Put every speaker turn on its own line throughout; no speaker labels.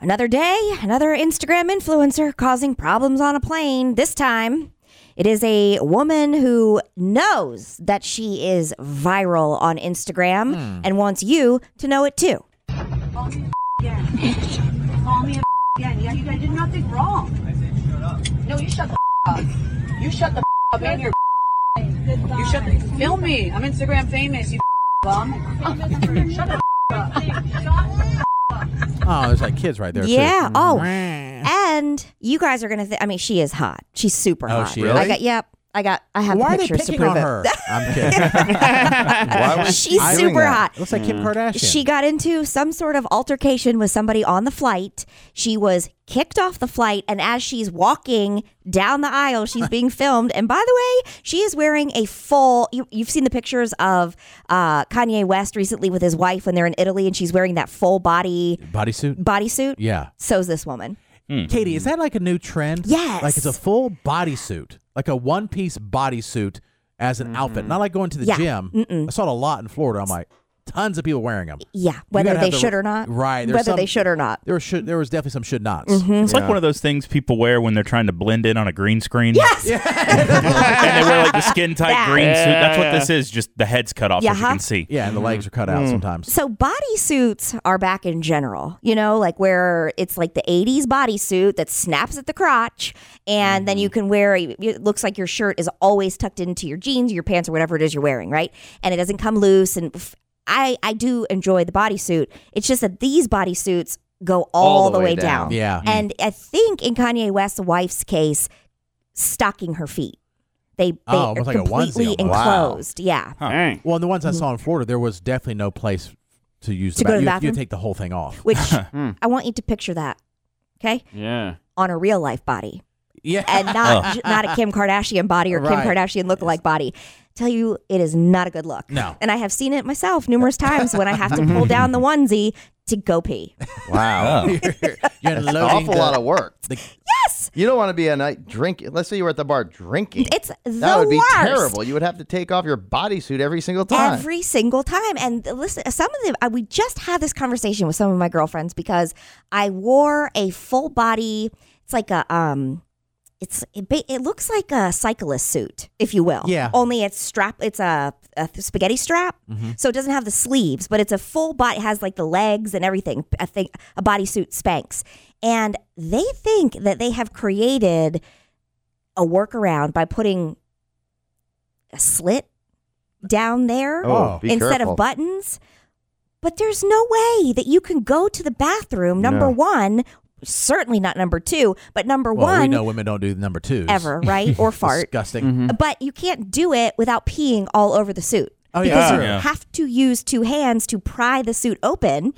Another day, another Instagram influencer causing problems on a plane. This time, it is a woman who knows that she is viral on Instagram
Hmm.
and wants you to know it too.
Call me a again. Call me a again. Yeah, you guys did nothing wrong. I said shut up. No, you shut the up. You shut the up and you're you shut the film me. I'm Instagram famous, you bum. shut the up.
Oh, there's like kids right there.
Yeah.
Too. Mm.
Oh.
Wah.
And you guys are gonna. Th- I mean, she is hot. She's super
Oh,
hot.
she
I
is?
got. Yep. I got. I have
Why are they
pictures to
picking
prove
on
it.
her? I'm kidding.
Why was
She's
doing
super
that?
hot.
Looks like Kim Kardashian.
She got into some sort of altercation with somebody on the flight. She was kicked off the flight, and as she's walking down the aisle, she's being filmed. And by the way, she is wearing a full. You, you've seen the pictures of uh, Kanye West recently with his wife when they're in Italy, and she's wearing that full body
bodysuit.
bodysuit.
Yeah.
So's this woman.
Katie, is that like a new trend?
Yes.
Like it's a full bodysuit, like a one piece bodysuit as an outfit. Not like going to the
Yeah.
gym. I saw it a lot in Florida. I'm like, tons of people wearing them.
Yeah, whether
gotta
they
have the-
should or not.
right, there's
Whether they
some-
should or not. Mm-hmm.
There, should, there was definitely some should nots.
It's like one of those things people wear when they're trying to blend in on a green screen. Yes. and they wear like the skin tight
That.
green suit. That's what this is. Just the head's cut off, as you
Yeah.
can see.
Yeah, and the legs are cut out sometimes.
So bodysuits are back in general, you know, like where it's like the 80s bodysuit that snaps at the crotch and then you can wear it looks like your shirt is always tucked into your jeans, your pants or whatever it is you're wearing, right? And it doesn't come loose and f- I I do enjoy the bodysuit. It's just that these bodysuits go all, the, way, down.
Yeah.
And I think in Kanye West's wife's case, stocking her feet. They they
Oh,
are
almost like a onesie
completely
almost.
Wow.
enclosed. Yeah.
Dang.
Well, in the ones I saw in Florida, there was definitely no place to use
Mm-hmm. To
the
go to the
bathroom. You, you
bathroom?
take the whole thing off.
Which I want you to picture that. Okay?
Yeah.
on a real life body
Yeah.
and not not a Kim Kardashian body or
Right.
Kim Kardashian lookalike body. Tell you, it is not a good look.
No.
and I have seen it myself numerous times when I have to pull down the onesie to go pee.
Wow.
You're
That's an
loading
awful
the-
lot of work.
the-
You don't want to be a night drinking. Let's say you were at the bar drinking.
It's
that
the
would be
worst.
terrible. You would have to take off your bodysuit every single time.
Every single time. And listen, uh, some of them, I, we just had this conversation with some of my girlfriends because I wore a full body, it's like a, um, it's it, ba- it looks like a cyclist suit, if you will.
Yeah.
Only it's strap. It's a, a spaghetti strap,
Mm-hmm.
so it doesn't have the sleeves, but it's a full body. It has like the legs and everything. I think a bodysuit Spanx, and they think that they have created a workaround by putting a slit down there
oh,
Oh.
be
instead
careful.
of buttons. But there's no way that you can go to the bathroom, number
No.
one, certainly not number two, but number
Well, we
one
know women don't do number twos.
ever, right? Or fart. Uh,
Disgusting.
But you can't do it without peeing all over the suit.
Oh, yeah,
because
that's
you
true.
Yeah.
have to use two hands to pry the suit open.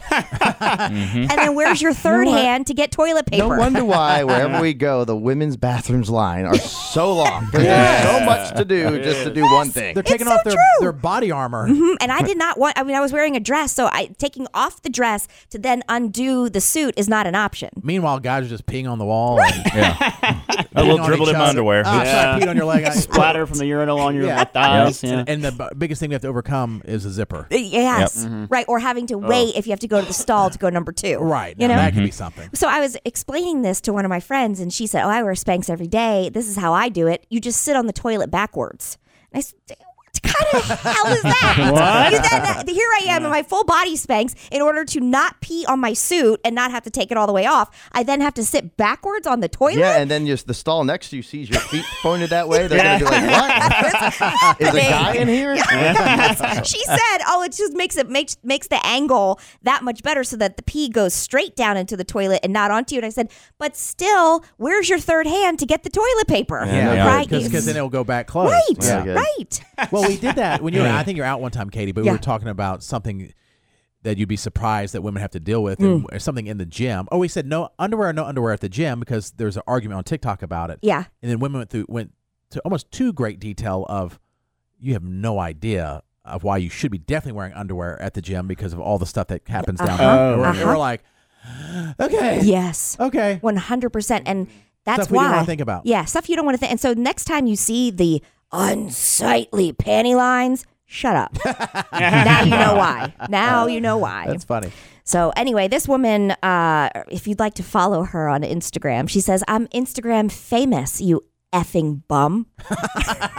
And then where's your third hand to get toilet paper?
No wonder why wherever we go, the women's bathrooms line are so long. There's so much to do just to do one thing.
They're taking
so
off their,
true.
their body armor.
Mhm. and I did not want. I mean, I was wearing a dress, so I taking off the dress to then undo the suit is not an option.
Meanwhile, guys are just peeing on the wall. and
A
peeing
little
on
dribbled
each
in my
other.
underwear.
Ah, sorry, I
Yeah.
peed on your leg. I-
Splatter from the urinal on your
Yeah.
thighs. Yeah.
And, and the b- biggest thing we have to overcome is a zipper.
Uh, Yes,
Mm-hmm.
right. Or having to wait if you have to go to the stall to go number two.
Oh. Right.
You
now,
know.
that could be something.
So I was explaining this to one of my friends, and she said, "Oh, I wear Spanx every day. This is how I do it. You just sit on the toilet backwards." And I said. What kind of hell is that? You then- here I am in my full body Spanx in order to not pee on my suit and not have to take it all the way off. I then have to sit backwards on the toilet.
Yeah, and then just the stall next to you sees your feet pointed that way. They're going to be like, what? Is a guy in here?
she said, "Oh, it just makes it makes makes the angle that much better, so that the pee goes straight down into the toilet and not onto you." And I said, "But still, where's your third hand to get the toilet paper?
Yeah.
right,
Because
it's-
then it'll go back closed.
right,
Yeah, good.
right."
Well, we did that when you were, I think you're out one time, Katie, but
Yeah.
we were talking about something that you'd be surprised that women have to deal with
Mm.
and or something in the gym. Oh, we said no underwear, no underwear at the gym because there's an argument on TikTok about it.
Yeah.
And then women went through went to almost too great detail of you have no idea of why you should be definitely wearing underwear at the gym because of all the stuff that happens down
Uh-huh.
there. And we're- and we're like, okay,
Yes,
okay.
one hundred percent, and that's
Stuff we
why
don't wanna think about.
Yeah, stuff you don't want to think. And so next time you see the unsightly panty lines, shut up. now you know why. Now you know why.
That's funny.
So anyway, this woman, uh, if you'd like to follow her on Instagram, she says, "I'm Instagram famous, you effing bum."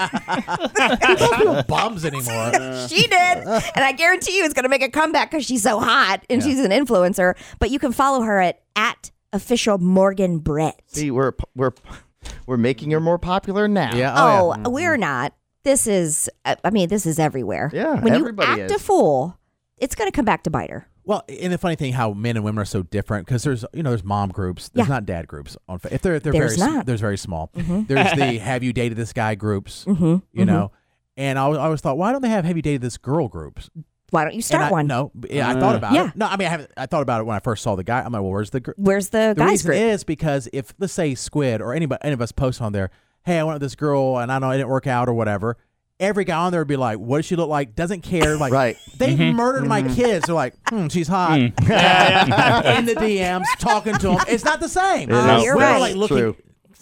No bums anymore.
she did, and I guarantee you, it's gonna make a comeback because she's so hot and she's an influencer. But you can follow her at at official Morgan Britt.
See, we're we're we're making her more popular now.
yeah.
oh,
Oh, yeah.
we're not. This is, I I mean, this is everywhere.
Yeah,
when you
everybody
act a
is.
fool, it's gonna come back to bite her.
Well, and the funny thing how men and women are so different because there's you know there's mom groups, there's
Yeah.
not dad groups on fa- if they're if they're
There's
very s-
not. Mm-hmm.
there's very small. There's the have you dated this guy groups, you know, and I, al- I always thought why don't they have have you dated this girl groups?
Why don't you
And
start
I,
one?
No, yeah, I thought about
yeah.
it. No, I mean I haven't. I thought about it when I first saw the guy. I'm like, well, where's the gr-?
Where's the,
the
guys
reason
group?
is because if let's say Squid or anybody any of us post on there, hey, I went with this girl and I know it didn't work out or whatever. Every guy on there would be like, "What does she look like? Doesn't care." Like,
Right.
They
Mm-hmm.
murdered my kids. They're like, "Hmm, she's hot."
Mm.
in the DMs, talking to them. It's not the same.
Oh,
No.
you're
Women are
right. Mm-hmm.
like looking,
True.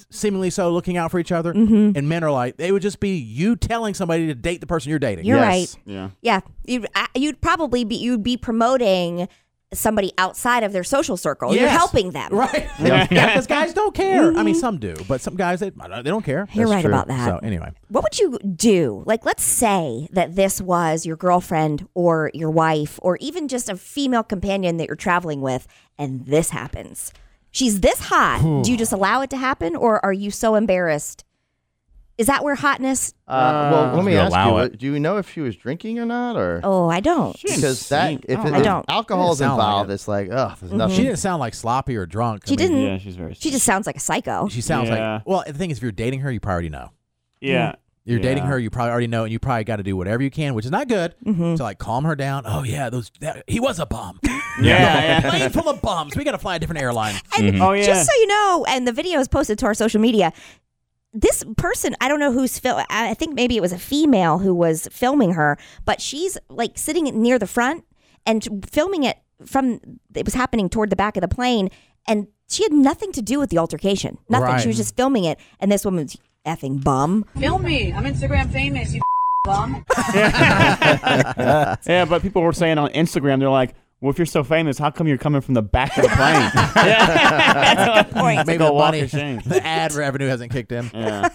seemingly so, looking out for each other, and men are like, they would just be you telling somebody to date the person you're dating.
You're
Yes.
right.
Yeah.
Yeah, you'd, I- you'd probably be you'd be promoting somebody outside of their social circle. You're
Yes.
helping them.
Right,
Yeah.
because guys don't care. I mean, some do, but some guys they, I don't- they don't care.
You're right
true.
about Mm-hmm. that.
So anyway,
What would you do? Like, let's say that this was your girlfriend or your wife or even just a female companion that you're traveling with, and this happens. She's this hot. Do you just allow it to happen, or are you so embarrassed? Is that where hotness?
Uh, well, let me
You
ask
allow
you:
it.
Do you know if she was drinking or not, or
Oh, I don't.
She didn't
because that
sing.
if,
I don't
it,
know.
I
if
don't.
alcohol is
Doesn't sound like
involved,
it. Mm-hmm.
it's like ugh, there's nothing.
she didn't sound like sloppy or drunk. I
Mm. She
mean,
didn't.
Yeah, she's very.
She just sounds like a psycho.
She sounds
Yeah.
like. Well, the thing is, if you're dating her, you probably already know.
Yeah.
You're dating
Yeah.
her, you probably already know, and you probably got to do whatever you can, which is not good,
Mm-hmm.
to like calm her down. Oh yeah, those that, he was a bum.
Yeah, yeah.
plane full of bums. We got to fly a different airline.
And
Oh, yeah.
just so you know, and the video is posted to our social media. This person, I don't know who's fil- I I think maybe it was a female who was filming her, but she's like sitting near the front and t- filming it from it was happening toward the back of the plane, and she had nothing to do with the altercation. Nothing.
Right.
She was just filming it, and this woman's effing bum.
Film me. I'm Instagram famous, you bum.
Yeah, but people were saying on Instagram, they're like, "Well, if you're so famous, how come you're coming from the back of the plane?" yeah. That's a good point.
Maybe
a
the
walk
money,
of shame.
the ad revenue hasn't kicked in.
Yeah.